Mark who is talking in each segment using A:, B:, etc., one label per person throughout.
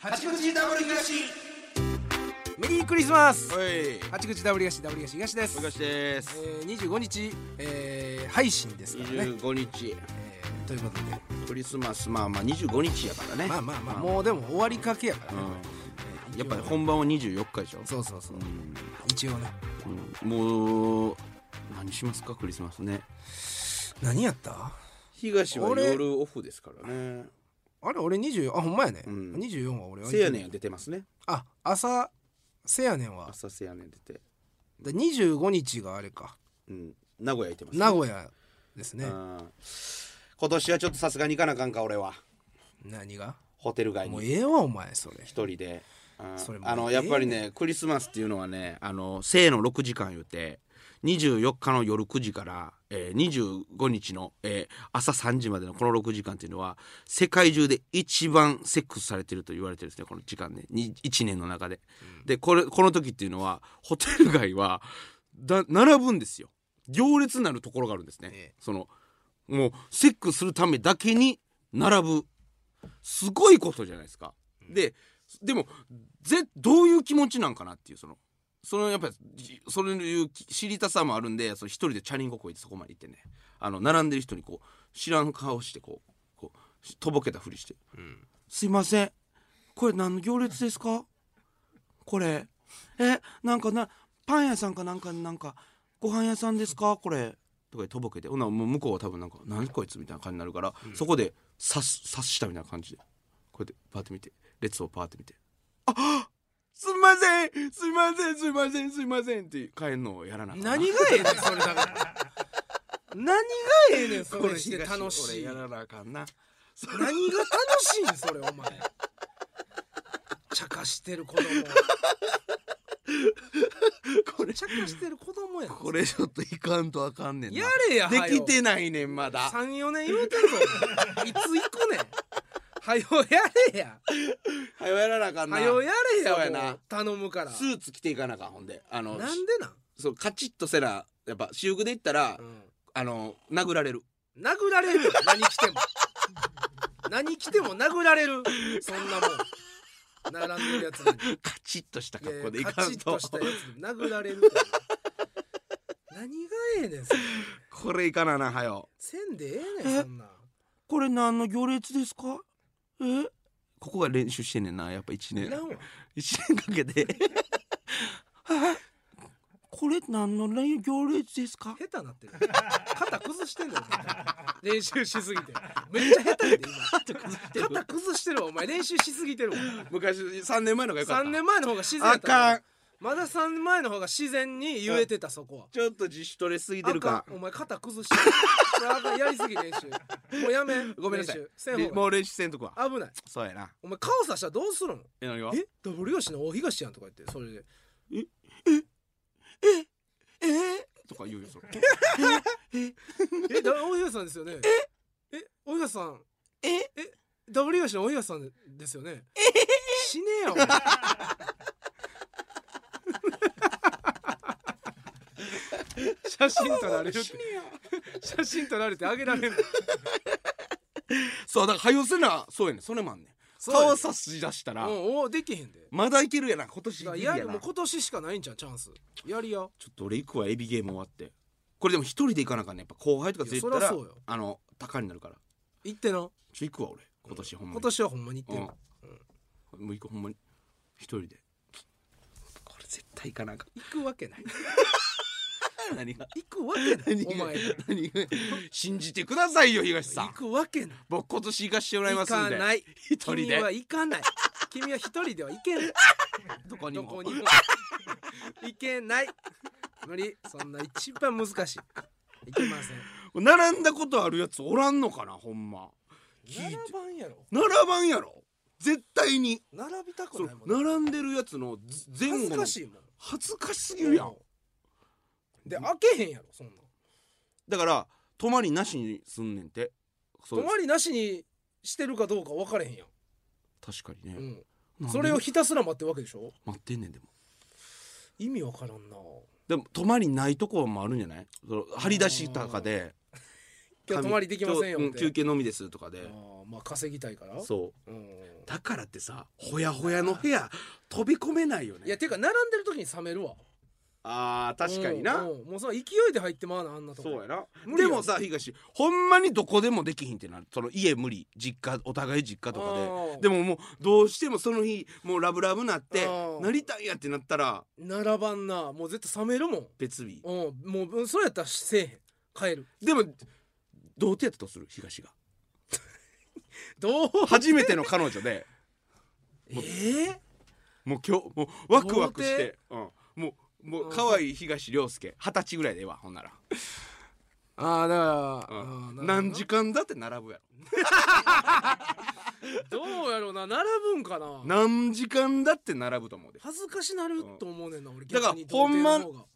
A: 八口ダブル東
B: メリークリスマス
A: はい
B: 八口ダブル東ダブル東東です
A: おかしです
B: えー、25日、えー、配信ですからね、
A: 25日
B: えーということで
A: クリスマスまあまあ25日やからね
B: まあまあまあもうでも終わりかけやからね、
A: うんやっぱり本番は24日でしょ
B: そうそうそう、
A: ん
B: 一応ね
A: うんもう何しますかクリスマスね
B: 何やった
A: 東は
B: 俺
A: 夜オフですからね
B: あれ俺20あほんまやね、
A: うん
B: 24は俺は
A: せやねん出てますね
B: あ朝せやねんは
A: 朝せやねん出て
B: だ25日があれか
A: うん名古屋行ってますね
B: 名古屋ですね
A: うん今年はちょっとさすがに行かなあかんか俺は
B: 何が
A: ホテル街
B: もう
A: に
B: ええわお前それ
A: 一人で、うん
B: それも
A: あの
B: ええ
A: やっぱりねクリスマスっていうのはねあの生の6時間言うて24日の夜9時から、えー、25日の、えー朝3時までのこの6時間っていうのは世界中で一番セックスされてると言われてるんですねこの時間ね1年の中で。でこれこの時っていうのはホテル街はだ並ぶんですよ行列になるところがあるんですね。
B: ええ
A: そのもうセックスするためだけに並ぶすごいことじゃないですか。ででもぜどういう気持ちなんかなっていうそのそのやっぱりじそれのいうき知りたさもあるんでその一人でチャリンコこいてそこまで行ってねあの並んでる人にこう知らん顔してこうこうしとぼけたふりして「すいませんこれ何の行列ですかこれえなんかなパン屋さんかなんかなんかご飯屋さんですかこれ」とかでとぼけてほなもう向こうは多分なんか「何こいつ」みたいな感じになるから、そこで刺す刺したみたいな感じでこうやってパーって見て列をパーって見てすいませんすいませんすいませんすいませんって帰んのをやらなあかんな
B: 何がええねんそれだから何がええねんそれして楽しい
A: 俺や
B: 何が
A: らなあかんな
B: 楽しいんそれお前茶化してる子供
A: これ
B: 茶化してる子供やん
A: これちょっといかんとあかんねんな
B: やれや
A: できてないねんまだ
B: 34年言うてるぞお前いつ行くねんはよやれや
A: はよやらなあかんな
B: はよやれや
A: そうや
B: も
A: な
B: う頼むから
A: スーツ着ていかなあかんほんであの
B: なんでなん、
A: そうカチッとせなやっぱ私服で行ったら、あの殴られる
B: 殴られるよ何着ても何着ても殴られるそんなもん並んでる やつに
A: カチッとした
B: いやいや
A: 格好でい
B: カ
A: か
B: チ
A: ん
B: ッ
A: と
B: としたやつに殴られるから何がええねんそれ
A: これいかなあなはよ
B: せんでええねんそんなん
A: これ何の行列ですかえここが練習してんねんなやっぱ1
B: いらんわ
A: 一年か けてこれ何の行列ですか
B: 下手なってる肩崩してんだよ練習しすぎてめっちゃ下手やで今肩崩してるわお前練習しすぎてるわ
A: 昔3年前のがよかった
B: 3年前の方が自然やった
A: あかん
B: まだ3年前の方が自然に言えてたそこは
A: ちょっと自主トレすぎてる
B: あ
A: か
B: んお前肩崩してる これあかんやりすぎ練習もうやめ
A: ごめんなさい
B: 練習せん方がいい
A: もう練習せんとこは
B: 危ない
A: そうやな
B: お前顔さしたらどうするの
A: え何が
B: えダブルヨシの大東やんとか言ってそれで
A: えーとか言うよそれ
B: えだ大東さんですよねええ大東さん
A: え
B: えダブルヨシの大東さんですよねえ死ねよお 前写真撮られるって写真撮られてあげら れんの
A: そうだからはよせなそうやねんそれもあんねん
B: そうやねん
A: 顔さし出したら
B: うんおできへんで
A: まだいけるやな今
B: だ
A: 年
B: から
A: ギリや
B: や
A: な
B: るもう今年しかないんじゃんチャンスやりや
A: ちょっと俺行くわエビゲーム終わってこれでも一人で行かなあかんねんやっぱ後輩とかついてた
B: いや
A: ら
B: そらそうよ
A: あの高になるから
B: 行ってな
A: ちょ行くわ俺今年ほんまに
B: 今年はほんまに行ってな
A: うん、もう一個ほんまに一人でこれ絶対行かなあか
B: 行くわけない
A: ん何が
B: 行くわ けないお前
A: 何が信じてくださいよ東さ
B: 行
A: ん
B: くわけない
A: 僕今年行かしてもらいま
B: 行
A: すん
B: か
A: で
B: ない
A: 一人で
B: 君は行かない君は一人では行け ない
A: どこに
B: ど
A: も
B: こにも 行けない無理そんな一番難しい行けません
A: 並んだことあるやつおらんのかなほんま聞いて
B: 番やろ
A: 並ばんやろ絶対に
B: 並びた
A: その並んでるやつのず前後
B: 恥ず
A: の
B: かしいもん
A: 恥ずかしすぎるやん
B: で開けへんやろそんな
A: だから泊まりなしにすんねんてそう
B: 泊まりなしにしてるかどうか分かれへんやん
A: 確かにね、
B: うん
A: なんで
B: それをひたすら待ってるわけでしょ
A: 待ってんねんでも
B: 意味わからんな
A: でも泊まりないとこもあるんじゃないその張り出しとかで
B: 今日泊まりできませんよって
A: 今日う休憩のみですとかで
B: あーまあ稼ぎたいから
A: そう
B: う、ん、
A: だからってさほやほやの部屋飛び込めないよね
B: いやてか並んでる時に冷めるわ
A: あー確かにな、
B: うんうんもうその勢いで入ってまうなあんなとこ
A: そうやな
B: 無理
A: で
B: やん
A: もさ東ほんまにどこでもできひんってなるその家無理実家お互い実家とか
B: うん
A: ででももうどうしてもその日もうラブラブなって
B: うん
A: なりたいやってなったら
B: 並ばんなもう絶対冷めるもん
A: 別日
B: うんもうそれやったらせえへん帰る
A: でも童貞やったとする東が
B: どう
A: 初めての彼女 で
B: えー、
A: もう今日もうワクワクして、うん、もうも
B: う
A: うん可愛い東涼介二十歳ぐらいでええわほんなら、
B: ああだから、
A: うん
B: あーなるほどな
A: 何時間だって並ぶやろ
B: どうやろうな並ぶんかな
A: 何時間だって並ぶと思うで
B: 恥ずかしなると思うねんな俺
A: だから
B: 逆に童貞の方が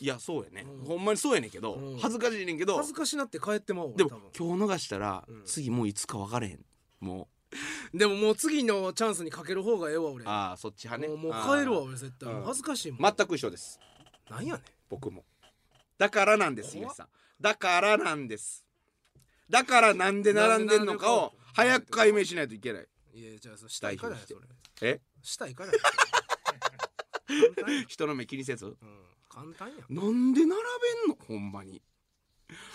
A: いやそうやね、
B: うん
A: ほんまにそうやねんけど、
B: うん
A: 恥ずかしいねんけど
B: 恥ずかしなって帰ってまうわ
A: でも
B: 多分
A: 今日逃したら、
B: うん
A: 次もういつか分かれへんも
B: でももう次のチャンスにかける方がええわ俺
A: うああそっち派ね
B: もうもう
A: あー
B: 帰るわ俺絶対
A: うん
B: もう恥ずかしいもん、
A: 全く一緒です
B: なんやねん
A: 僕もだからなんです
B: 怖っ
A: 皆さんだからなんですだからなんで並んでんのかを早く解明しないといけない
B: いやじゃあそれ下行かないそれ
A: え
B: 下行か ないそれ簡単や
A: 人の目気にせず
B: うん簡単やん
A: なんで並べんのほんまに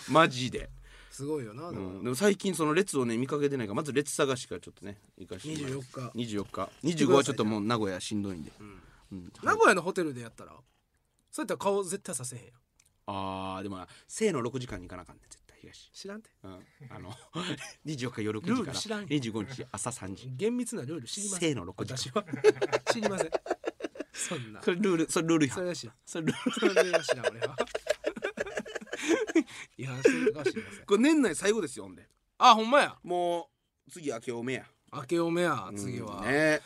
A: マジで、
B: すごいよな、
A: う
B: でも
A: ん、でも最近その列をね見かけてないからまず列探しからちょっとね行かしてもらう
B: 24日、
A: 24日25はちょっともう名古屋しんどいんで、
B: うん
A: うん
B: 名古屋のホテルでやったらそうやったら顔絶対させへんやん
A: あーでもな生の6時間に行かなあかんね絶対東、
B: 知らんて
A: うん、あの 24日夜9時
B: ルー
A: か
B: ル知ら
A: ら
B: んよ
A: 25日朝3時
B: 厳密なルール知りません
A: 生の6時
B: 私は知りませんそんな
A: それルールそれルール違
B: それ
A: 反
B: は知らん
A: それルール
B: それは知らん 俺は違反してるかは知りません
A: これ年内最後ですよほんで
B: あほんまや
A: もう次明けおめや
B: 明けおめや次は、
A: うんね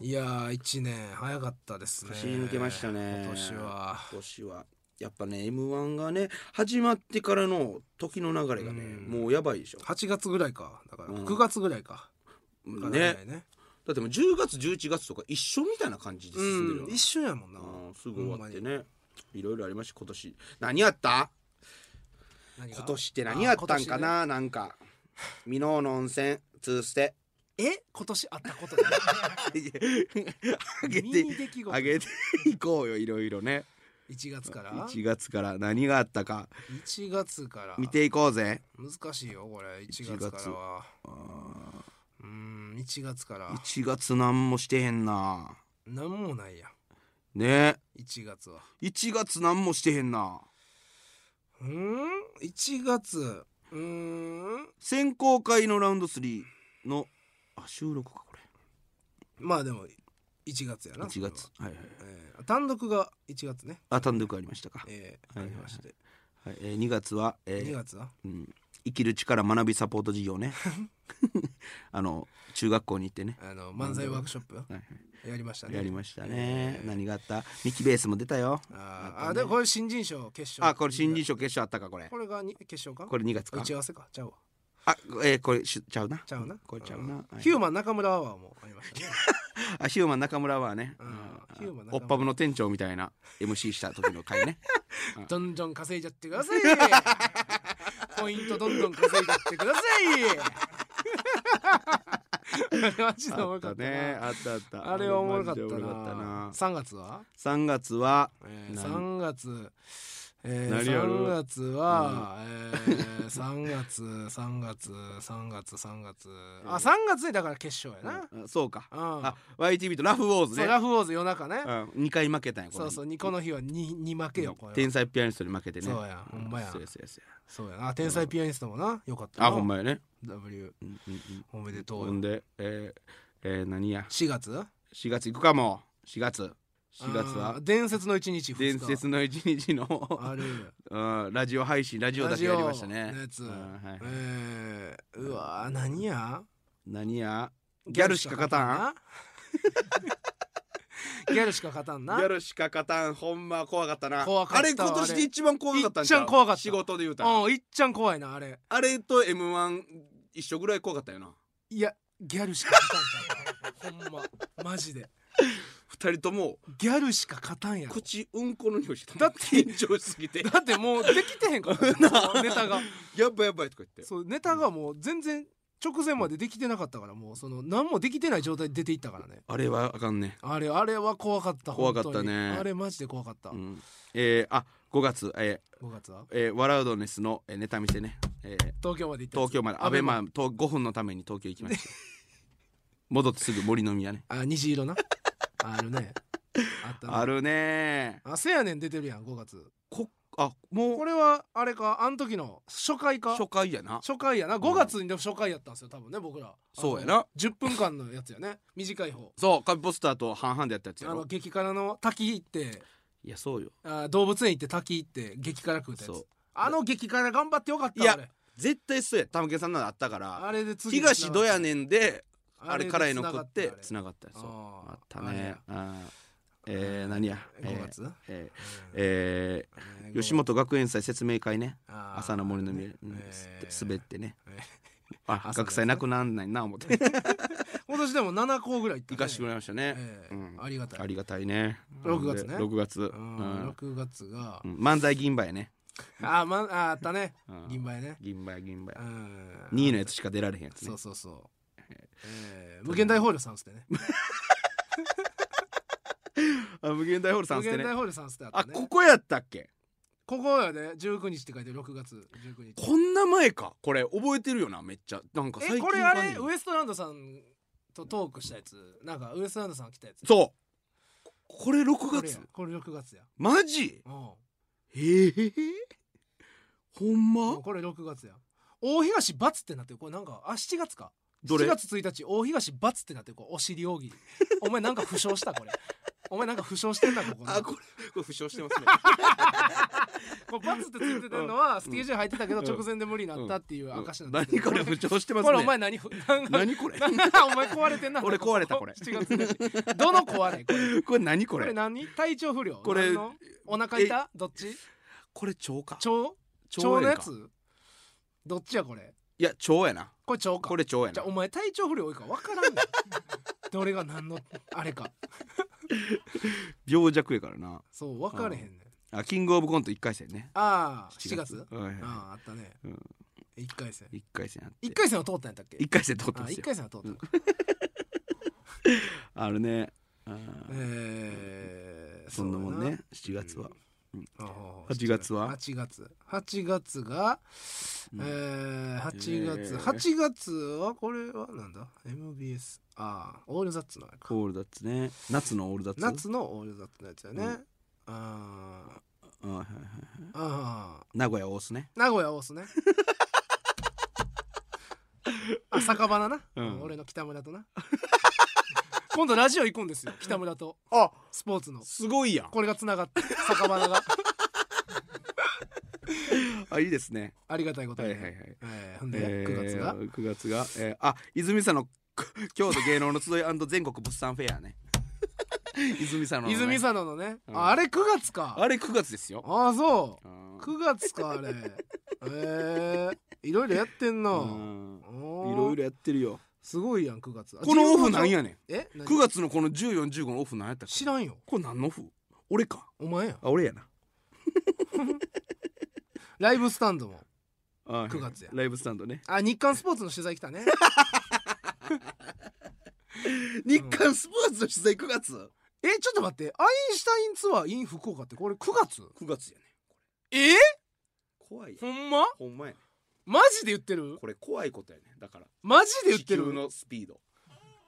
B: いやー1年早かったですね
A: 走り抜けましたね
B: 今年は
A: 今年はやっぱね m 1がね始まってからの時の流れがね、
B: うん
A: もうやばいでしょ
B: 8月ぐらいかだから
A: うん
B: 9月ぐらいか、
A: ね
B: ね
A: だってもう10月11月とか一緒みたいな感じで
B: う
A: 進んでるよ
B: ん
A: な、
B: 一瞬やもんな
A: うんすぐ終わってねいろいろありました今年何やった今年って何やったんかな、なんか箕面の温泉通捨て
B: え今年あったこと だ
A: あげ
B: ミニ
A: て
B: 出来事
A: あげていこうよいろいろね
B: 1月から
A: 1月から何があったか
B: 1月から
A: 見ていこうぜ
B: 難しいよこれ1月からはうーん1月から
A: 1月何もしてへんな
B: 何もないや
A: ね
B: ん1月は
A: 1月何もしてへんな
B: うーん1月うーん
A: 選考会のラウンド3のあ収録かこ
B: まあでも1月や
A: れ
B: な
A: 1月
B: そ
A: はいはい
B: れはえー単独が1月ね
A: あ単独ありましたか
B: えー
A: は
B: あ
A: いはいはい
B: りまして
A: はいえー2月はえ
B: 2
A: ー
B: 月は
A: うん生きる力学びサポート事 業ねあの中学校に行ってね
B: あの漫才ワークショップ
A: はいは
B: やりました
A: い
B: ね
A: やりましたね
B: えー
A: 何があったミキベースも出たよ
B: あ
A: あ
B: ー
A: とね
B: あでもこれ新人賞決勝
A: あこれ新人賞決勝あったかこれ
B: これがに決勝か
A: これ2月
B: あ
A: か
B: 打ち合わせかちゃうわ
A: あえーこれしちゃうな
B: ちゃうな
A: これちゃうな、
B: ヒュー
A: マン
B: マン中村アワーもありましたね
A: あヒューマン中村はね、
B: うん
A: うん
B: ヒューマン中村
A: オッパブの店長みたいな MC した時の 回ね
B: どんどん稼いじゃってくださ いポイントどんどん稼いじゃってくださ いマジでおもろかっ
A: あった
B: たな
A: ねあったあった
B: あれはおもろかった
A: あれマジでおもろかった
B: な
A: な
B: 三月は
A: 3月は
B: えー
A: 何
B: 三月えー
A: 何やる
B: 三月はえー 三月三月三月三月あ三月でだから決勝やな
A: あそうか
B: うん
A: あ YTV とラフウォーズ
B: そう
A: ね
B: ラフウォーズ夜中ね
A: うん、2回負けたんやこれ
B: そうそうにこの日はにに負けよこれ
A: 天
B: は
A: 才ピアニストに負けてね
B: そうやほんまや
A: そうやそうやそう
B: そうやな天才ピアニストもなよかったな
A: やあほんまやね
B: W
A: うんうんうん
B: おめでとう
A: ほ
B: よ
A: んでえーえー何や
B: 4月4
A: 4月行くかも4月4月は
B: 伝説の一日2日
A: 伝説の一日の
B: ある
A: うんラジオ配信ラジオだけやりましたね
B: ラジオのやつ
A: うんはい
B: えーうわー何や
A: 何やギャルしか勝たん
B: ギャルしか勝たん
A: ギ
B: な
A: ャルしか勝たんほんま怖かったな
B: 怖かったわ
A: あれ今年で一番怖かったんちゃう
B: 一番怖かった
A: 仕事で言うたら
B: うんいっちゃん怖いなあれ
A: あれと m 1一緒ぐらい怖かったよない
B: やギャルしか勝たんちゃうほんまマジで
A: 二二人とも
B: ギャルしか勝たんやろ
A: 口うんこの匂いしてた
B: だって
A: 緊張しすぎて
B: だってもうできてへんからネタが
A: やばいやばいとか言って
B: そうネタがもう全然直前までできてなかったからもうその何もできてない状態で出ていったからね
A: あれはあかんね、
B: あれあれは怖かった
A: 怖かった
B: 本当に
A: ね
B: あれマジで怖かった、
A: うん、えー、あ5月え
B: 5月は
A: ー、えー、笑うドネスの、えー、ネタ見せね、えー、
B: 東京まで行ったやつ
A: 東京までアベマと5分のために東京行きま した戻ってすぐ森の宮ね
B: あ虹色なあるねあったね
A: あるね
B: あせやねん出てるやん5月
A: こあも
B: こ
A: う
B: れはあれかあん時の初回か
A: 初回やな
B: 初回やな5月にでも初回やったんですよ多分ね僕ら
A: そうやな
B: あの10分間のやつやね短い方
A: そうカビポスターと半々でやったやつ
B: あ
A: や
B: の
A: ろ
B: 激辛の滝行って
A: いやそうよ
B: あ動物園行って滝行って激辛食うたや
A: そ
B: つ
A: う
B: あの激辛頑張ってよかった
A: いや
B: あれ
A: 絶対そうや玉木さんなのあったから
B: あれで次に繋がった
A: 東どやねんであれ
B: で
A: 辛いの食ってつ
B: 繋が
A: ながったやつそう
B: あー
A: あった
B: あれ
A: ね
B: や
A: あーえー、何や
B: った5月、
A: えーえー
B: え
A: え
B: ー
A: ー吉本学園祭説明会ね
B: あー
A: 朝の森の宮、うん
B: えー
A: 滑ってね
B: え
A: あ
B: 朝のやつね
A: 学祭なくなんないな 思って
B: 今年でも7校ぐらい行った、ね、
A: 行かしてもらいましたね、
B: ええ
A: うん
B: ありがたい
A: ありがたいね
B: 六月ね
A: なんで六月、
B: う
A: うんん
B: 6月が、
A: うん漫才銀馬やね
B: あー、まあーあったね
A: うん
B: 銀杯ね
A: 銀馬や銀馬
B: う
A: や
B: ん
A: 2位のやつしか出られへんやつ
B: そ
A: ね
B: うそうそう、えー、無限大ホールさんっすってね
A: あ無限大ホールさん
B: 無
A: っす
B: 限
A: ね
B: 大ホールさんっすってあった
A: あ
B: ね
A: ここやったっけ
B: ここはね19日って書いてる6月19日
A: こんな前かこれ覚えてるよなめっちゃなんか最
B: え
A: 近
B: これあ
A: 感
B: れ
A: じ
B: ウエストランドさんとトークしたやつなんかウエストランドさん来たやつ
A: そうここれ
B: こ
A: 6
B: れ
A: 月
B: やこれ6月や
A: マジ
B: うんも
A: ええほん
B: う
A: ま
B: これ6月や大東バツってなってるこれなんかあ7月か
A: どれ
B: 7月1日大東バツってなってるこうお尻大喜利お前なんか負傷したこれお前なんか負傷してんなここ
A: あこれこれ負傷して ますね
B: これバツってついてたのはスケジュール入ってたけど
A: うん
B: 直前で無理になったっていう証なん
A: 何
B: ですけど
A: これ負傷してますね
B: これお前何ふなんか
A: 何これ
B: お前壊れてんな
A: 俺壊れた
B: こ
A: これ
B: 7月1日どの壊れこれ
A: これ何こ
B: これ
A: れ
B: 何体調不良
A: これ
B: 何のお腹痛どっち
A: これ腸か
B: 腸腸の
A: やん
B: や
A: か
B: つどっちやこれ
A: いや腸やな
B: これ腸か
A: これ腸や
B: じゃ
A: な
B: あお前体調不良多いから分から んねんどれが何のあれか
A: 病弱やからな
B: そう分かれへんねん
A: あキングオブコント1回戦ね
B: ああ7月
A: はいはい
B: あああったね
A: うん
B: 1回戦
A: 1回戦あって
B: 1回戦は通ったんやったっけ
A: 一回戦通って
B: あ
A: ます
B: 一
A: よ
B: 回戦は通ったのか
A: あるねあー
B: えー
A: そんなもんね7月は8月は
B: 8月8月が、
A: うん
B: えー、8月、
A: えー
B: 8月はこれはなんだ MBS ああオールザッツのあれか
A: オールダッツね夏のオールダッツ
B: 夏のオールザッツのやつだね、
A: うん
B: あー
A: あはいはいはい
B: あ
A: 名古屋大須ね
B: ー名古屋大 須ねあ酒場なな、
A: うん
B: 俺の北村とな今度ラジオ行くんですよ北村と
A: あ
B: スポーツの
A: すごいやん
B: これがつながって酒場 が
A: あいいですね
B: ありがたいこと
A: はい
B: に、
A: はいはい
B: えーほんで、9月が
A: えー9月が、えーあ泉佐野く京都芸能の集い全国物産フェア ね泉佐野のね
B: 泉佐野のね、
A: うん
B: ああれ9月か
A: あれ9月ですよ
B: ああそう
A: あー
B: 9月かあれええいろいろやってんな
A: うんい
B: い
A: ろいろやってるよ
B: すごいやん9月あ
A: このオフ
B: 神
A: なん
B: 宮
A: やねん
B: え何
A: 9月のこの1415のオフなんやったっけ
B: 知らんよ
A: これ何のオフ俺か
B: お前や
A: あ俺やな
B: ライブスタンドも
A: あ
B: 9月や
A: ライブスタンドね
B: あ日刊スポーツの取材来 たね
A: 日刊スポーツの取材9月
B: えちょっと待ってアインシュタインツアー in 福岡ってこれ9月
A: 9月やね
B: え
A: 怖いやん
B: ほんま
A: ほんまやね
B: マジで言ってる
A: これ怖いことやねだから
B: マジで言っ
A: 地
B: て
A: 球
B: る
A: のスピード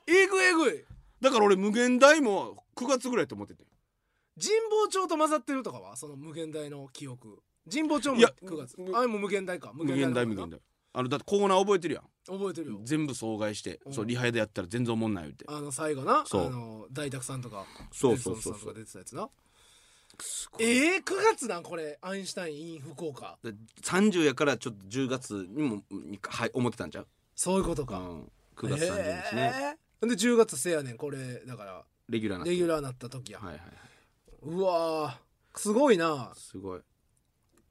B: えぐえぐい
A: だから俺無限大も9月ぐらいと思ってて
B: 神保町と混ざってるとかはその無限大の記憶神保町も
A: いや
B: 9月
A: む
B: あれも無限大か無
A: 無限大
B: の
A: 無
B: 方や
A: 限
B: な
A: 大あのだってコーナー覚えてるやん
B: 覚えてるよ
A: 全部総外して
B: うん
A: そうリハでやったら全然おもんない言うて
B: あの最後なあ
A: そう
B: の大沢さんとか
A: そうそうそう
B: レッドソンさんと
A: そ
B: か
A: う
B: 出てたやつな
A: すごい
B: えー、9月なんこれアインシュタイン in 福岡
A: で30やからちょっと10月にもにはい思ってたんちゃう
B: そういうこと
A: う
B: か、
A: ん9月30日ね
B: えーで10月せやねんこれだから
A: レギュラーな
B: レギュラーなった時や、
A: はいはいはいう
B: わーすごいな
A: すごい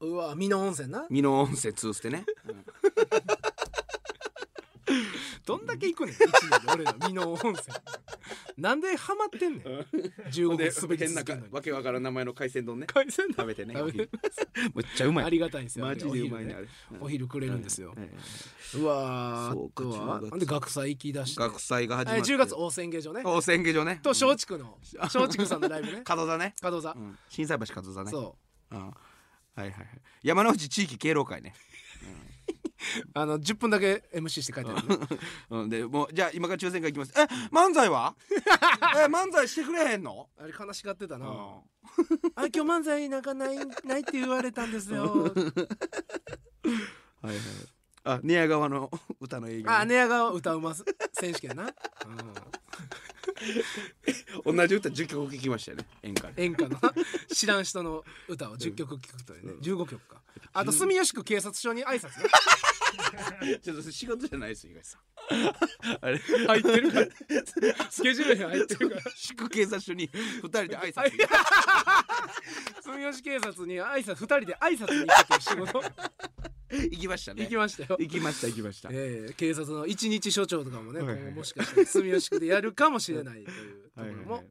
A: う
B: わー美濃温泉な
A: 美濃温泉通してね
B: どんだけ行くねん1年で俺ら美濃温泉なんでハマってんねん
A: ほん
B: 15
A: で
B: 分滑り
A: 変
B: 続
A: な
B: け
A: か
B: るのに
A: わけわからん名前の海鮮丼ね
B: 海鮮だ
A: 食べてね
B: 食べて
A: むっちゃうまい
B: ありがたいんですよ
A: マジでうまいね
B: あ
A: あ
B: れ
A: れ
B: お昼くれるんですよ
A: ええ
B: うわー
A: そうか
B: あとは
A: 10月
B: ほんで学祭行き出して
A: 学祭が始ま
B: え
A: って
B: 10月大宣芸場ね
A: お宣言所ね
B: と松竹の松竹さんのライ ブね
A: 角座ね
B: 加藤さん
A: うん心斎橋角座ね
B: そ
A: うんはいはいはい山之内地域敬老会ね
B: うあの10分だけ MC して帰ってるね
A: うんでもうじゃあ今から抽選会行きますえ漫才 はえ漫才してくれへんの
B: あれ悲しがってた
A: う
B: なあ
A: ん
B: 今日漫才なんかないないって言われたんです よ
A: はいはいあ寝屋川の歌の営業
B: あ姉やが歌うます選手権なうん
A: 同じ歌10曲聴きましたよね演歌で
B: 演歌のな知らん人の歌を10曲聴くというね15曲かあと住吉区警察署に挨拶ね
A: ちょっと仕事じゃないです東さんあれ
B: 入ってるからスケジュールに入ってるから
A: 宿警察署に二人で挨
B: はい
A: 拶行く
B: 住吉警察に挨拶二人で挨拶に行くという仕 事
A: 行きましたね
B: 行きましたよ
A: 行きました行きました
B: ええ警察の一日署長とかもね、
A: はいはい
B: 今後もしかしたら住吉区でやるかもしれないというところも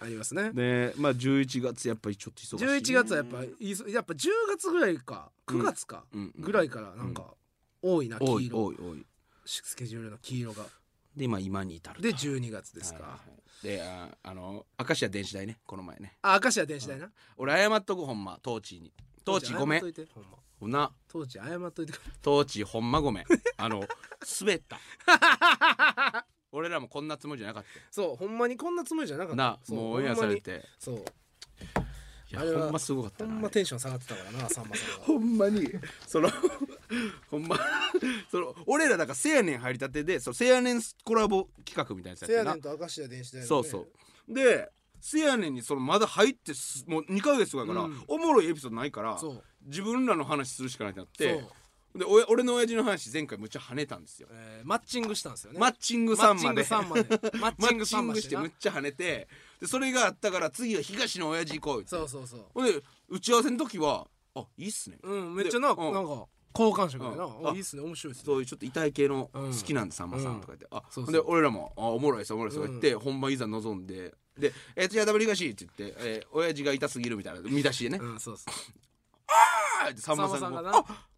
B: ありますね。
A: ねまあ11月やっぱりちょっと忙しい
B: 11月はやっぱいそやっぱ10月ぐらいか9月か
A: うん
B: ぐらいからなんか多いな
A: 多
B: 黄
A: い
B: 色、
A: 多い多い
B: スケジュールの黄色が
A: で今今に至る
B: で12月ですか、
A: はいはいでああの明石家電子代ねこの前ね
B: あ明石家電子代な
A: 俺謝っとくほんまトーチーにトーチーごめ
B: 謝っ
A: ん
B: といてほんま
A: ほな
B: 当時謝っといてくれ
A: トーチーほんまごめんあの滑った 俺らもこんなつもりじゃなかっ
B: そうほんまにこんなつもりじゃなかったた
A: な
B: そ
A: もうオンエアされて
B: ほんまにそう
A: いや
B: あれは
A: ほんますごかった
B: ほ
A: なん
B: まテンション下がってたからなさんまさんが
A: ほんまにその ほんまその俺らだから「せやねん」入りたてで「そのせやねん」コラボ企画みたいなやつ
B: せ
A: や
B: や
A: って
B: ね
A: な
B: と
A: ん
B: 明石家電子代のね
A: そうそうで「せやねん」にそのまだ入ってすもう2ヶ月とかやから、
B: うん
A: おもろいエピソードないから
B: そう
A: 自分らの話するしかないってなっ
B: そう
A: て、でおや俺の親父の話前回むっちゃ跳ねたんですよ、
B: えーマッチングしたんですよね
A: マッチングさんまで
B: マッチングさんまでマ
A: マ
B: ッチン
A: ッ
B: グ
A: チ
B: さん
A: ン
B: まで
A: グしてむっちゃ跳ねてでそれがあったから次は東の親父行こうって
B: そうそうそう
A: ほんで打ち合わせの時は「あいいっすね」
B: うんめっちゃななんか
A: うん
B: 好感触やな
A: うんあ
B: おいいっすね面白いっすね
A: そういうちょっと痛い系の
B: うん
A: 好きなんでさんまさんとか言って、あ
B: そうそう
A: で俺らもあおもろいですおもろいですとか言って、本番いざ望んでで「えー、じゃあダブリガシ」って言って、えー親父が痛すぎるみたいな見出しでね、
B: うんそうそう
A: あーってさんまさん
B: さんま
A: が
B: さんがな
A: あ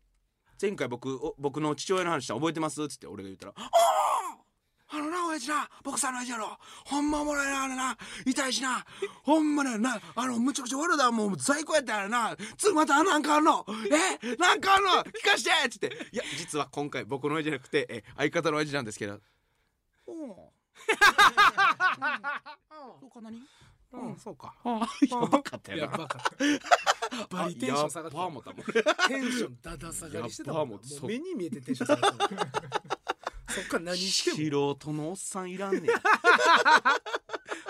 A: 前回僕お僕の父親の話した覚えてます?」っつって俺が言ったら「あああのな親父な僕さんの親父やろほんまおもろいなあれな痛いしなほんまねなあのむちゃくちゃ悪だもう在庫やったらなつまたなんかあんのえなんかあんの聞かして」っつって「いや実は今回僕の親父じゃなくてえ相方の親父なんですけど」 おおそうか何
B: うんうんそうか
A: あーやばかった
B: いや
A: よな
B: バカ バリテンション下がって
A: やば
B: た
A: 思たもん
B: テンションだだ下がりしてたもんなも
A: やっぱもうそう
B: う目に見えてテンション下がってたもんそっから何しても
A: 素人のおっさんいらんねん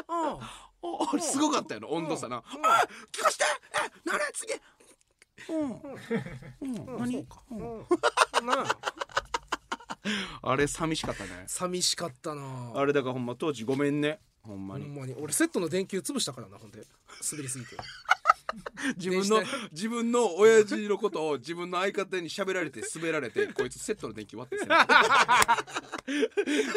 B: あ
A: おおすごかったよな温度差な
B: うん
A: あ聞かしてえなれ次うんうん
B: あ
A: 何
B: うんうんなあ
A: あれ寂しかったね
B: 寂しかったな
A: あれだからほんま当時ごめんねほん
B: ほ
A: まに
B: んまに俺セットの電球潰したからなほんで滑りすぎて
A: 自分の
B: 電子
A: 自分の親父のことを自分の相方に喋られて滑られてこいつセットの電気割ってんすよ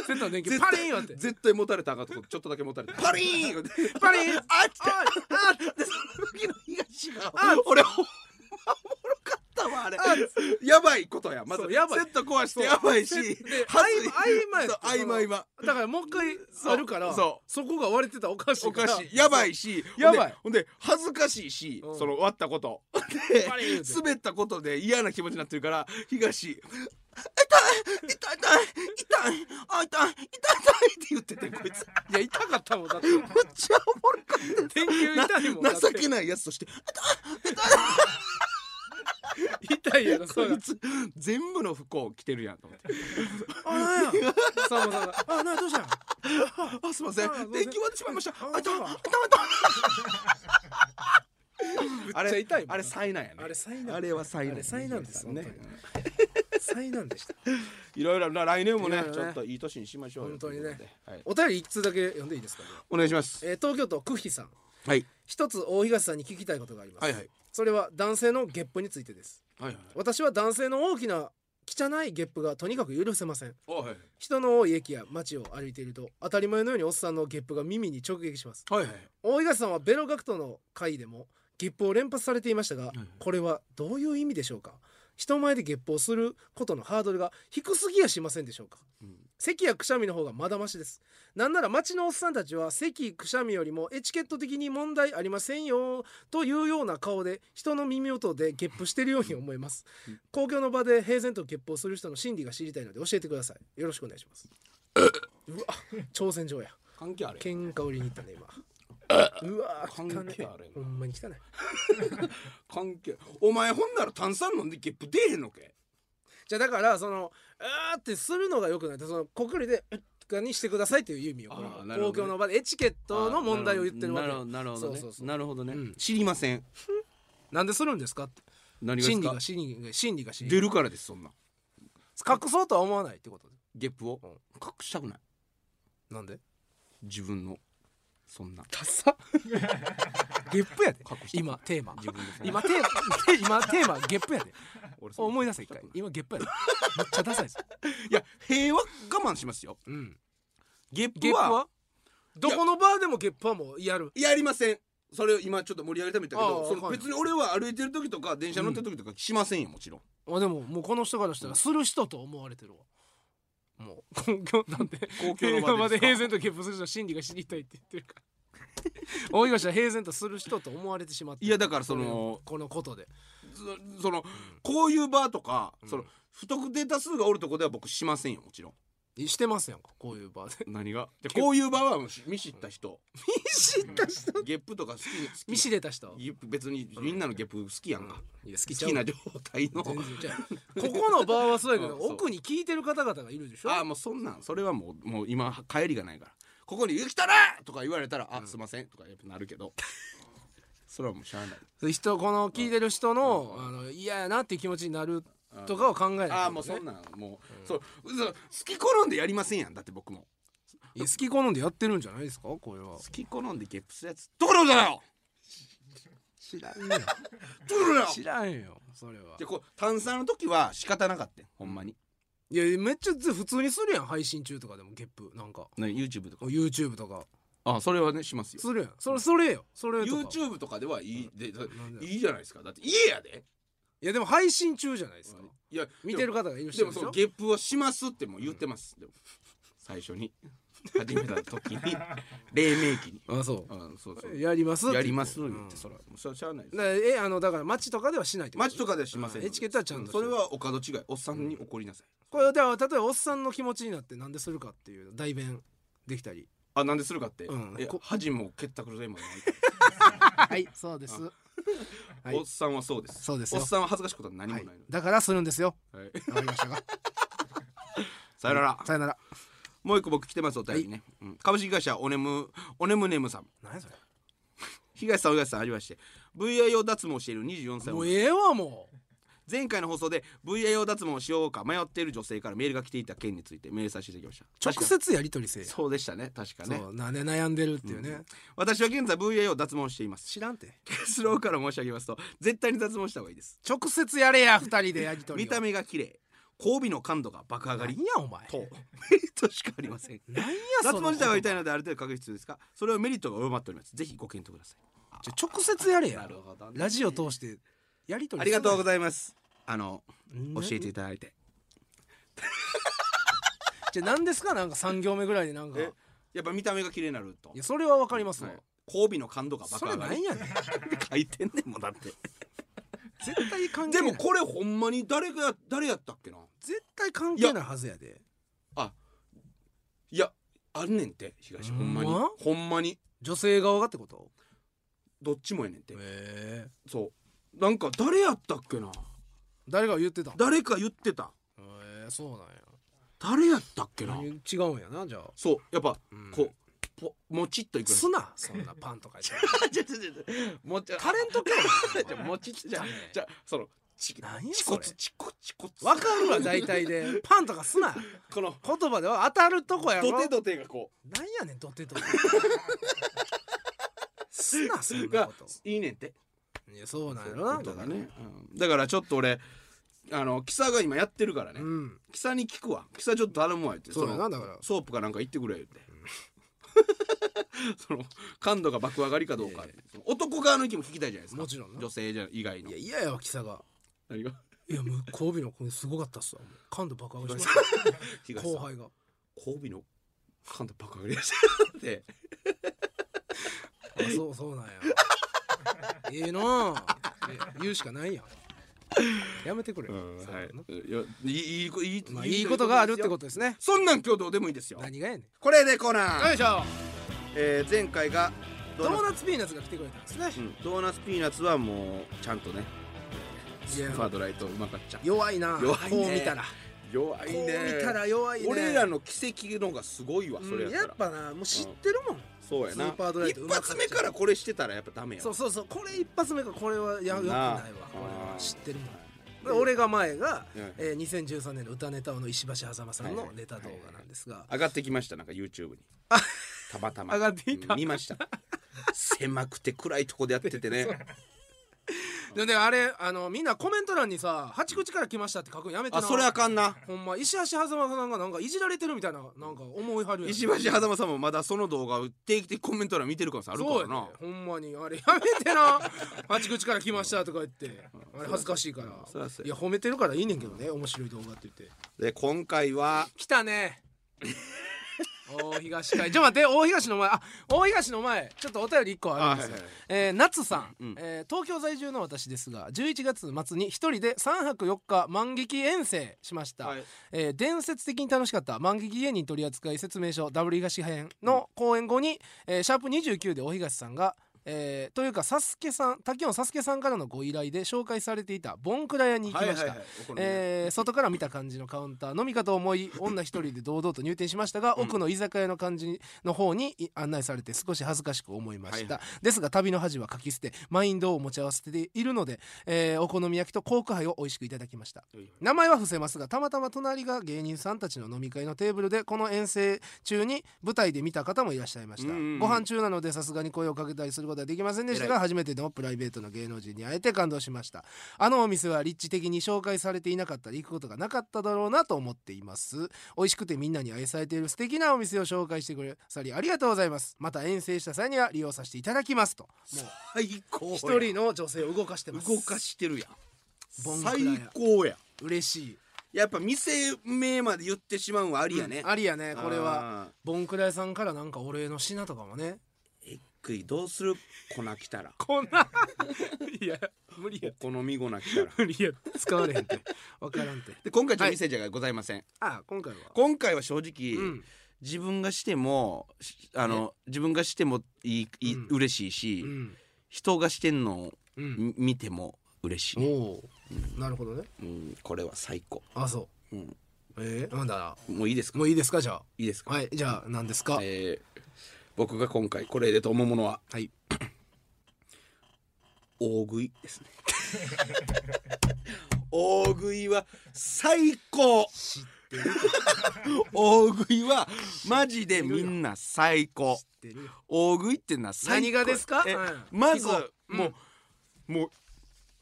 B: セットの電球
A: 絶
B: パ
A: 対
B: リンよって
A: 絶対持たれたらあかんとこちょっとだけ持たれてパリーンパリーンあっちあっでその時の東が俺ほんまおもろかったわあれやばいことやまず
B: そう
A: セ
B: やばい
A: ット壊してやばいし
B: そうで
A: は
B: 合間やった
A: そう合間合間
B: だからもう一回あるから
A: そ
B: そこが割れてたらおかしい
A: お
B: か
A: からしいやばいし
B: やばい
A: ほんでほんで恥ずかしいし、
B: うん
A: その割ったこと
B: やっぱり言うて
A: 滑ったことで嫌な気持ちになってるから東痛い痛い痛い痛いあ痛い痛い痛いって言っててこいつ
B: いや痛かったもんだって
A: めっちゃおもろかった
B: 電球痛いもんだ
A: な
B: って
A: 情けないやつとして
B: 痛いやろそ
A: こ
B: れ
A: いつ全部の不幸着てるやんと思って
B: あなんやさんまさんがあなんやどうしたん
A: 「あすいません
B: あーごめん
A: 電気割ってしまいましたあ
B: ああめ
A: 痛い痛い痛い」
B: っちゃ痛いもん
A: あれ災難やね
B: あれ災難
A: あれは災難
B: あれ災難です
A: ね
B: 本当災難でした
A: いろいろな来年もね
B: いろい
A: ち
B: ろね
A: ょっといい年にしましょうよ
B: 本当にね
A: ということではい
B: お便り一通だけ読んでいいですかね、
A: お願いします
B: えー、東京都クッヒさん
A: はい
B: 一つ大東さんに聞きたいことがあります、
A: はいはい
B: それは男性のゲップについてです
A: はいはい
B: 私は男性の大きな汚いゲップがとにかく許せません
A: あはい
B: 人の多い駅や街を歩いていると当たり前のようにおっさんのゲップが耳に直撃します
A: はいはい
B: 大東さんはベロガクトの回でもゲップを連発されていましたが、
A: いはい
B: これはどういう意味でしょうか人前でゲップをすることのハードルが低すぎやしませんでしょうか
A: うん
B: 咳やくしゃみの方がまだましですなんなら町のおっさんたちは咳くしゃみよりもエチケット的に問題ありませんよというような顔で人の耳音でゲップしてるように思います
A: うん
B: 公共の場で平然とゲップをする人の心理が知りたいので教えてくださいよろしくお願いしますうわ挑戦状や
A: 関係あるやん
B: 喧嘩売りに行ったね今うわ
A: 関
B: 汚
A: 係
B: い
A: ある
B: ほんまに汚い
A: 関係お前ほんなら炭酸飲んでゲップ出えへんのけ
B: じゃあだからそのあーってするのがよくないとそのこくりでうっかにしてくださいっていう意味よこれは
A: あーなるほど
B: 公
A: ね
B: 共の場でエチケットの問題を言ってるわけ
A: なるほどなるほどね
B: そうそうそう
A: なるほどね、
B: うん
A: 知りません
B: なんでするんですかって
A: 何がで
B: 心
A: す
B: 理
A: か
B: が心理が心理が心理
A: 出るからですそんな
B: 隠そうとは思わないってこと
A: ゲップを
B: うん
A: 隠したくない
B: なんで
A: 自分のそんな
B: ダッサ ゲップやで
A: 隠したくない
B: 今テーマ
A: 自分のそんな
B: 今テーマ 今テーマゲップやで
A: 俺そんな
B: 思い出せ一回今ゲップやでめっちゃダサいです、
A: いや平和我慢しますよ
B: うん、
A: ゲップは
B: ゲップはどこのバーでもゲップはもうやる
A: やりませんそれを今ちょっと盛り上げたみたいだけ
B: あ
A: ど
B: あ
A: その
B: はい
A: 別に俺は歩いてる時とか電車乗ってる時とかしませんよもちろん
B: あでももうこの人からしたらする人と思われてるわも う公共なんで
A: 公
B: 平
A: 共の
B: 和
A: 場
B: で
A: で
B: 平
A: で
B: 然
A: すか
B: と結婚する人の心理が知りたいって言ってるから 大東は平然とする人と思われてしまってる
A: いやだからその
B: このことで
A: そそのこういう場とか
B: うん
A: その不特定多数がおるとこでは僕しませんよもちろん
B: してますやんかこういう場で
A: 何がこういう場はもうし見知った人
B: 見知った人
A: ゲップとか好き好き
B: 見知れた人
A: ゲップ別にみんなのゲップ好きやんか
B: いや好き
A: 好
B: ちゃう
A: きな状態の
B: 全然ちゃうここの場はそうやけど、
A: うんそう
B: 奥に聞いてる方々がいるでしょ
A: ああもうそんなんそれはもうもう今帰りがないからここに「ゆきたら!」とか言われたら「あすいません」とかやっぱなるけ どそれはもうしゃあない
B: 人この聞いてる人のあの嫌やなっていう気持ちになるとかを考えないとね
A: ああもうそんなんもう、そうそう好き好んでやりませんやんだって僕も
B: いや好き好んでやってるんじゃないですかこれは
A: 好き好んでゲップするやつどこのことだよ
B: 知らんよ
A: どこのことだ
B: 知
A: よ
B: らんよそれは
A: でこう炭酸の時は仕方なかったよほんまに
B: いやめっちゃ普通にするやん配信中とかでもゲップなんか
A: 何 YouTube とか
B: YouTube とか
A: あそれはねしますよ
B: するやんそれそれよそれとか
A: YouTube とかではいい、でそ
B: なんで
A: いいじゃないですかだって家やで
B: いやでも配信中じゃないですか
A: いや
B: 見てる方がいる
A: で
B: 人
A: も
B: でし
A: そ
B: ょ
A: のゲップをしますってもう言ってます、でも最初に始めた時に黎明期に
B: あそ
A: うんそうそうう
B: やりますって言
A: や
B: って
A: ります
B: う
A: 言
B: ん
A: ってそらもうそれはしゃあないです
B: だからえあのだから街とかではしないってこと
A: 街とかではしません
B: うんエチケットはちゃんとして
A: そ
B: る
A: れはお門違いおっさんに怒りなさい
B: これでは例えばおっさんの気持ちになってなんでするかっていう代弁できたり
A: あなんでするかって
B: うん
A: え
B: こ
A: 恥も結託で今の
B: はい そうですはい
A: おっさんはそうです
B: そうです
A: お
B: よ
A: っさんは恥ずかしいことは何も
B: は
A: ない
B: い
A: ので、
B: だからするんですよ
A: はい
B: わかりま したか
A: さよなら
B: さよなら
A: もう一個僕来てますお便りね、うん株式会社オネムオネムネムさん
B: 何それ
A: 東さん東さんありまして VIO 脱毛をしている24歳
B: も
A: を
B: うええわもう
A: 前回の放送で VIO 脱毛をしようか迷っている女性からメールが来ていた件についてメールさせていただきました
B: 直接やり取りせえ
A: 確か
B: よ
A: そうでしたね確かね
B: そうなんで悩んでるっていうね、
A: 私は現在 VIO を脱毛しています
B: 知らんて
A: 結論から申し上げますと絶対に脱毛した方がいいです
B: 直接やれや二人でやりと りを
A: 見た目が綺麗交尾の感度が爆上が
B: 何
A: り
B: やお前
A: とメリットしかありません
B: 何や
A: 脱
B: そ
A: 毛
B: の
A: 自体は痛い
B: な
A: のである程度確必要ですがそれをメリットが上回っておりますぜひご検討ください
B: 直接やれや
A: ほど
B: ラジオ通してやりとり
A: ありがとうご
B: ざい
A: ざいますあの教
B: ます
A: えていただいて
B: じゃあ何ですかなんか三行目ぐらいでなんかい
A: えやっぱ見た目が綺麗になると
B: やそれはわかりますわ、
A: はい交尾の感度が
B: そ
A: 爆
B: れ
A: 上が
B: な
A: り
B: んやねん
A: 書いてんねんもんだって
B: 絶対関係
A: で
B: ない
A: もこれほんまに誰が誰やったっけな
B: 絶対関係ないはずやで
A: いやあんねんて東ほんまに
B: ほんま
A: ほんまに
B: 女性側がってこと
A: どっちもやねんて
B: ええ
A: そうなんか誰やったっけな
B: 誰が言ってたん
A: 誰か言ってた
B: えー、そうなんや
A: 誰やったっけな
B: 何違うんやなじゃあ
A: そうやっぱ
B: うん
A: こうぽもちっといく
B: すなそんなパンとか言って
A: らい ちょちょちょちょも ち
B: タレント教育
A: じゃ もちっじゃじゃそのち
B: 何や
A: ち
B: そ
A: こ
B: れ
A: つちこちこつ
B: わかるわ大体でパンとかすな
A: この
B: 言葉では当たるとこやろ
A: ドテドテがこ
B: なんやねんドテドテすなそん
A: う
B: な
A: が
B: こと
A: いいねんて
B: いやそうなんやろ
A: そ
B: な
A: ういうこ
B: だ
A: とだ
B: から
A: ね、うんだからちょっと俺あのキサが今やってるからね、
B: うん
A: キサに聞くわキサちょっと頼むわ言って
B: そうやな
A: の
B: だから
A: ソープかなんか言ってくれ言って、 その感度が爆上がりかどうか、その男側の意見も聞きたいじゃないですか
B: もちろんな
A: 女性じゃ以外の
B: いや嫌やわキサが
A: 何が
B: いやもう交尾の子すごかったっすわもう感度爆上がりしました
A: 後
B: 後
A: 輩
B: 輩が
A: 交尾の感度爆上がりやした って
B: あそうそうなんやええなあえ言うしかないやんやめてくれ、
A: うん
B: そう
A: は
B: や
A: い
B: ない
A: やいいいいこいい
B: まあ、いいことがあるってことですね
A: そんなん今日どうでもいいですよ
B: 何がやねん
A: これでコーナー、
B: よいしょ
A: えー前回が
B: ドー
A: ナ
B: ナツピーナッツが来てくれたんですね、
A: ツ、うんドーナツピーナッツはもうちゃんとね
B: いや
A: ファードライトうまかった
B: 弱いな
A: 弱いね
B: こう見たらこう
A: 弱
B: 見たら弱いね
A: 俺らの奇跡のがすごいわそれ
B: うん
A: や
B: や
A: った
B: っぱ
A: ら
B: なもう知ってるもん、
A: そうや
B: ス
A: な
B: ーパードライトう
A: 一
B: まかった
A: 発目からこれしてたらやっぱダメよ
B: そうそうそうこれ一発目かこれはやよくない
A: な
B: わ
A: あ
B: これは知ってるもんで
A: うん
B: 俺が前が、
A: うん
B: えー、2013年の歌ネタ王の石橋狭間さんのネタ動画なんですが、
A: 上がってきましたなんか YouTube にたまたま
B: 上がっていた
A: うん見ました狭くて暗いとこでやっててね
B: でであれあのみんなコメント欄にさ「八口から来ました」って書くのやめてな
A: あそれあかんな
B: ほんま石橋狭間さんがなんかいじられてるみたいななんか思いはるやん
A: 石橋狭間さんもまだその動画を定期的にコメント欄見てる可能性あるか
B: そう
A: ら
B: やね
A: な
B: ほんまにあれやめてな 「八口から来ました」とか言ってあれ恥ずかしいから
A: そうやそう
B: い
A: や
B: や褒めてるからいいねんけどね面白い動画って言って
A: で今回は
B: 来たね大東会ちょっと待って大東の前あ大東の前ちょっとお便り一個あるんですよ、
A: あはいはい
B: えー夏さん、
A: うん
B: えー東京在住の私ですが11月末に一人で3泊4日万劇遠征しました、
A: はい
B: えー伝説的に楽しかった万劇芸人取扱説明書 W 東編の公演後に、えーシャープ29で大東さんがえーというかサスケさん滝野サスケさんからのご依頼で紹介されていたボンクラ屋に行きました、
A: はいはいはいお好み焼き
B: えー外から見た感じのカウンターのみかと思い女一人で堂々と入店しましたが、奥の居酒屋の感じの方にい案内されて少し恥ずかしく思いました、
A: は
B: ですが旅の恥はかき捨てマインドを持ち合わせているので、えーお好み焼きとコーク杯を美味しくいただきました名前は伏せますがたまたま隣が芸人さんたちの飲み会のテーブルでこの遠征中に舞台で見た方もいらっしゃいました、
A: うんうんうん
B: ご飯中なのでさすがに声をかけたりすることはできませんでした
A: 偉
B: が初めてのプライベートの芸能人に会えて感動しましたあのお店は立地的に紹介されていなかったり行くことがなかっただろうなと思っています美味しくてみんなに愛されている素敵なお店を紹介してくれさりありがとうございますまた遠征した際には利用させていただきますともう
A: 最高や
B: 一人の女性を動かしてます
A: 動かしてるや
B: ボ
A: ん
B: ンクラや
A: 最高や
B: 嬉しい
A: やっぱ店名まで言ってしまうんはありやね、
B: うんありやねこれは
A: あー
B: ボンクラ屋さんからなんかお礼の品とかもね
A: えっくいどうする粉来たら
B: こんな いや無理や
A: お好み粉来たら
B: 無理や使われへんって分からんて
A: で今回ちょっと店じゃございません、
B: あ今回は
A: 今回は正直、
B: うん
A: 自分がしてもしあの、自分がしてもいいいい、
B: うん
A: 嬉しいし、
B: うん
A: 人がしてんのを
B: うん
A: み見ても嬉し
B: お
A: い、
B: おーなるほどね
A: うん、これは最高、
B: あそ
A: うん、
B: うえー、なんだ
A: もういいですか
B: もういいですかじゃ
A: いいです
B: あ
A: か、
B: はいじゃあ何ですか、
A: えー僕が今回これでと思うものは
B: はい
A: 大食いですね 大食いは最高
B: 知ってる知っ
A: 大食いはマジでみんな最高
B: てるよ
A: 大食いってのは最高
B: 何がですか
A: え
B: うん
A: まず
B: 聞こう
A: もう、もう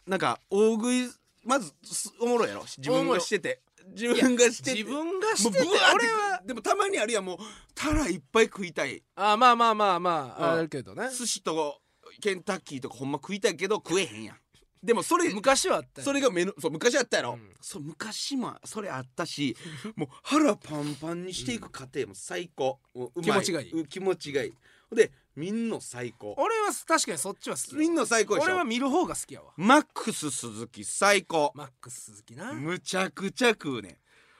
A: なんか大食いまずすおもろいやろ自分がしてて自分がしてて
B: 自分がしてて
A: もうブワーって
B: 俺は
A: でもたまにあるやんもうたらいっぱい食いたい
B: あまあまあまあまあ、
A: うん
B: あるけどね
A: 寿司とケンタッキーとかほんま食いたいけど食えへんやんでもそれ
B: 昔はあったよ
A: それが目のそう昔あったやろ、
B: うん
A: そう昔もそれあっ たしもう腹パンパンにしていく過程も最高、もううま
B: 気持ちがいいう
A: 気持ちがいいでみんな最高
B: 俺は確かにそっちは好きよ
A: みんな最高でし
B: 俺は
A: ょ
B: 見る方が好きやわ
A: マックス鈴木最高
B: マックス鈴木な
A: むちゃくちゃ食うね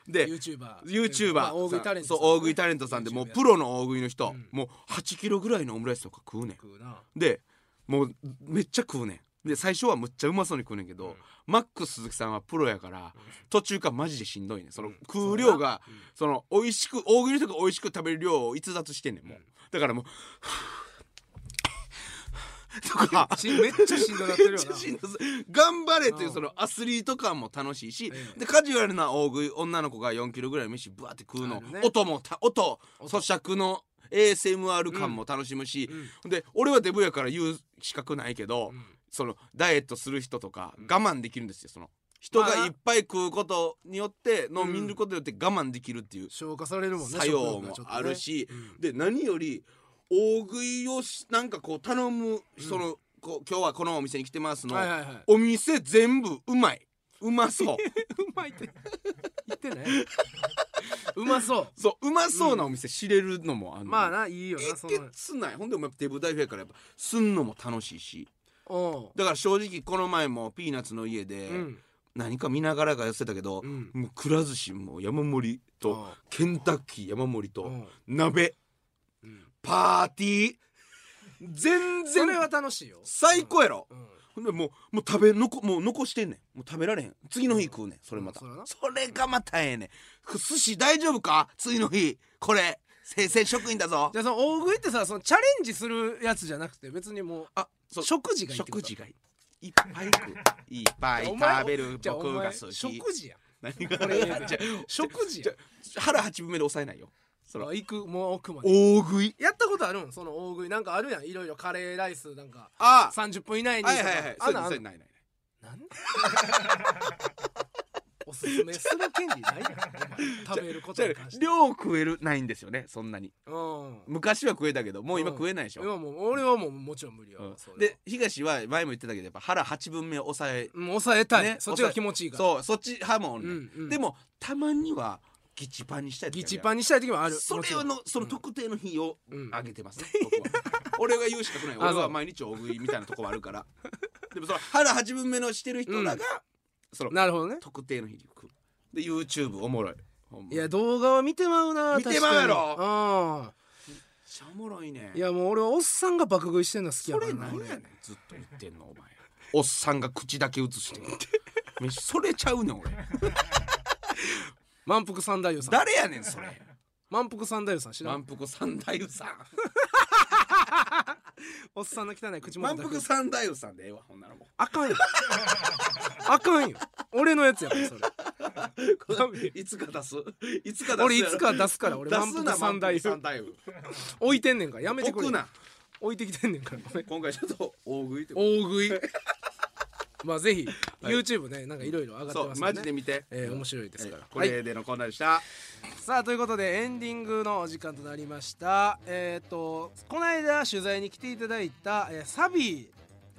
A: んで
B: YouTuber ま
A: YouTuber
B: あ大食いタレント
A: そう大食いタレントさんでもうプロの大食いの
B: う
A: 人、
B: ん
A: もう8キロぐらいのオムライスとか食うねん
B: 食うな
A: でもうめっちゃ食うねんで最初はむっちゃうまそうに食うねんけ
B: う
A: ど、
B: ん
A: マックス鈴木さんはプロやから途中からマジでしんどいねんその
B: うん
A: 食う量が
B: そうやな
A: その美味しく大食いの人が美味しく食べる量を逸脱してんねんもうだからもうとか
B: しめ っちゃしんどなってるよ
A: めっ
B: な
A: ちゃしんどそう頑張れという
B: うん
A: そのアスリート感も楽しいし、
B: ええ
A: でカジュアルな大食い女の子が4キロぐらいの飯ぶわって食う
B: あ
A: の、
B: るね
A: 音もた音
B: 音
A: 咀嚼の ASMR 感も楽しむし、
B: うん
A: で俺はデブやから言う資格ないけど、
B: うん
A: そのダイエットする人とか我慢できるんですよその人がいっぱい食うことによっての見ることによって我慢できるっていう
B: 消化されるもんね
A: 作用もある、し
B: 食欲がちょっとね
A: で何より大食いをしなんかこう頼む人の、こう今日はこのお店に来てます
B: うん
A: の、
B: はいはいはい
A: お店全部うまいう まそう
B: うまいって言ってねうまそう
A: そううまそうなお店知れるのもあるの、
B: まあないいよ
A: え
B: なそ
A: げ
B: の
A: つないほんでもやっぱデブ大フェやからやっぱすんのも楽しいし
B: お
A: だから正直この前もピーナッツの家で
B: ううん
A: 何か見ながらか寄せたけど、
B: うん
A: もうくら寿司も山盛りと
B: おう
A: ケンタッキー山盛り
B: お
A: と
B: う
A: 鍋
B: うん
A: パーティー全
B: そ
A: 然
B: れは楽しいよ
A: 最高やろ
B: うん
A: ほんでもうもう食べのこもう残してんねんもう食べられへん次の日食うねんそれまた、
B: うんそうやな
A: それがまたええねんく寿司大丈夫か次の日これ生鮮職員だぞ
B: じゃあその大食いってさそのチャレンジするやつじゃなくて別にも
A: あそう
B: 食事がいいってこと
A: 食事がいいいっぱい食ういっぱい
B: お前
A: 食べる
B: じゃあお
A: 僕が
B: 前
A: 寿
B: 食
A: 司
B: 事や
A: 何
B: こ
A: が
B: れ
A: れ
B: ええで
A: じゃ
B: 食事や
A: あ腹八分目で抑えないよその
B: あ行くもう奥まで
A: 大食い
B: やったことあるんその大食いなんかあるやんいろいろカレーライスなんか
A: あ
B: 30分以内に
A: はいはいはい
B: あん
A: そう
B: なんあの
A: ですそうんですないないない
B: なんで おすすめする権利ないやんお前食べることに関して
A: 量食えるないんですよねそんなに
B: うん
A: 昔は食えたけどもう今食えないでしょ、
B: 今もう俺はもうもちろん無理よ、
A: うん
B: それは
A: で東は前も言ってたけどやっぱ腹八分目を抑え
B: うん抑えたい、
A: ね
B: そっちが気持ちいいから
A: そうそっち派もおんねん、
B: うんうん
A: でもたまにはギチパンにしたい
B: ギチ
A: ン
B: パンにしたい時もある
A: そ
B: もち
A: れ
B: ろ
A: を
B: ん
A: のその特定の日を
B: うん
A: あげてますね、 僕は俺が言うしかない
B: あそう
A: 俺は毎日大食いみたいなとこはあるからでもその腹八分目のしてる人らが、
B: うん
A: その
B: なるほどね
A: 特定の日に食うで YouTube おもろいほんま
B: いや動画は見てまうな
A: 見てまうやろ
B: 確か
A: めっちゃおもろいね
B: にうんいやもう俺はおっさんが爆食いしてんの好きや
A: そ
B: か
A: れ
B: らな
A: 何や
B: 俺
A: ねんずっと言ってんのお前おっさんが口だけ映し てんの飯それちゃうねん俺
B: 満腹三太夫さん
A: 誰やねんそれ
B: 満腹三太夫さん知らん
A: 満腹三太夫さん
B: おっさんの汚い口元
A: 満
B: だけ
A: 腹三太夫さんでええわほんならも
B: あかんよあかんよ俺のやつやからそれ
A: ういつか出すいつか出すやろ
B: 俺いつか出すから俺
A: 出
B: 満
A: すな
B: 腹三太
A: 満腹
B: 夫
A: 三太夫
B: 置いてんねんからやめてくれ
A: 置くな
B: 置いてきてんねんからごめん
A: 今回ちょっと大食いってこと
B: 大食い まあぜひ YouTube ねなんかいろいろ上がって
A: そ
B: ま
A: う
B: す
A: マジ
B: ね
A: で見て
B: えー面白いですから
A: えこれでのコーナーでした
B: さあということでエンディングのお時間となりましたえっ、とこの間取材に来ていただいた、えーサビ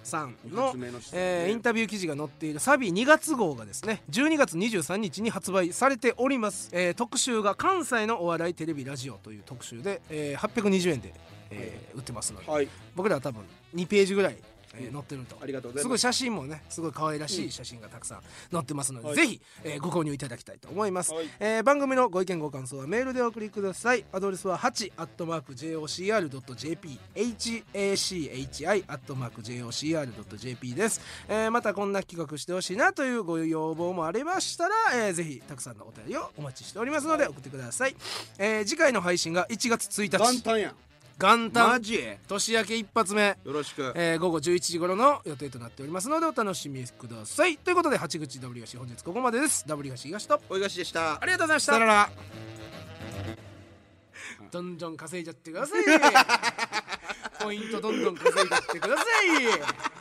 B: さん
A: 二
B: の
A: 発目の質問
B: えーインタビュー記事が載っているサビ2月号がですね12月23日に発売されております、えー特集が関西のお笑いテレビラジオという特集で、えー820円で、えー売ってますので、
A: はい
B: 僕らは多分2ページぐらい、えー載ってると
A: ありがとうござ
B: す
A: い
B: ご
A: ま
B: い
A: す
B: 写真もねすごい可愛らしい写真がたくさん載ってますので、
A: はい
B: ぜひ、えーご購入いただきたいと思います、
A: はい
B: えー番組のご意見ご感想はメールでお送りくださいアドレスは 8-jocr.jp hachi-jocr.jp です、えーまたこんな企画してほしいなというご要望もありましたら、えーぜひたくさんのお便りをお待ちしておりますので送ってください、えー次回の配信が1月1
A: 元
B: 日
A: 旦やん
B: 元
A: マ
B: 旦
A: ジよ
B: 年明け一発目
A: ろしく
B: えー午後11時頃の予定となっておりますのでお楽しみくださいということで八口 W 東本日ここまでです W 東東と
A: おいがしでした
B: ありがとうございました
A: さよなら
B: どん どん稼いじゃってくださいポイントどんどん稼いじゃってください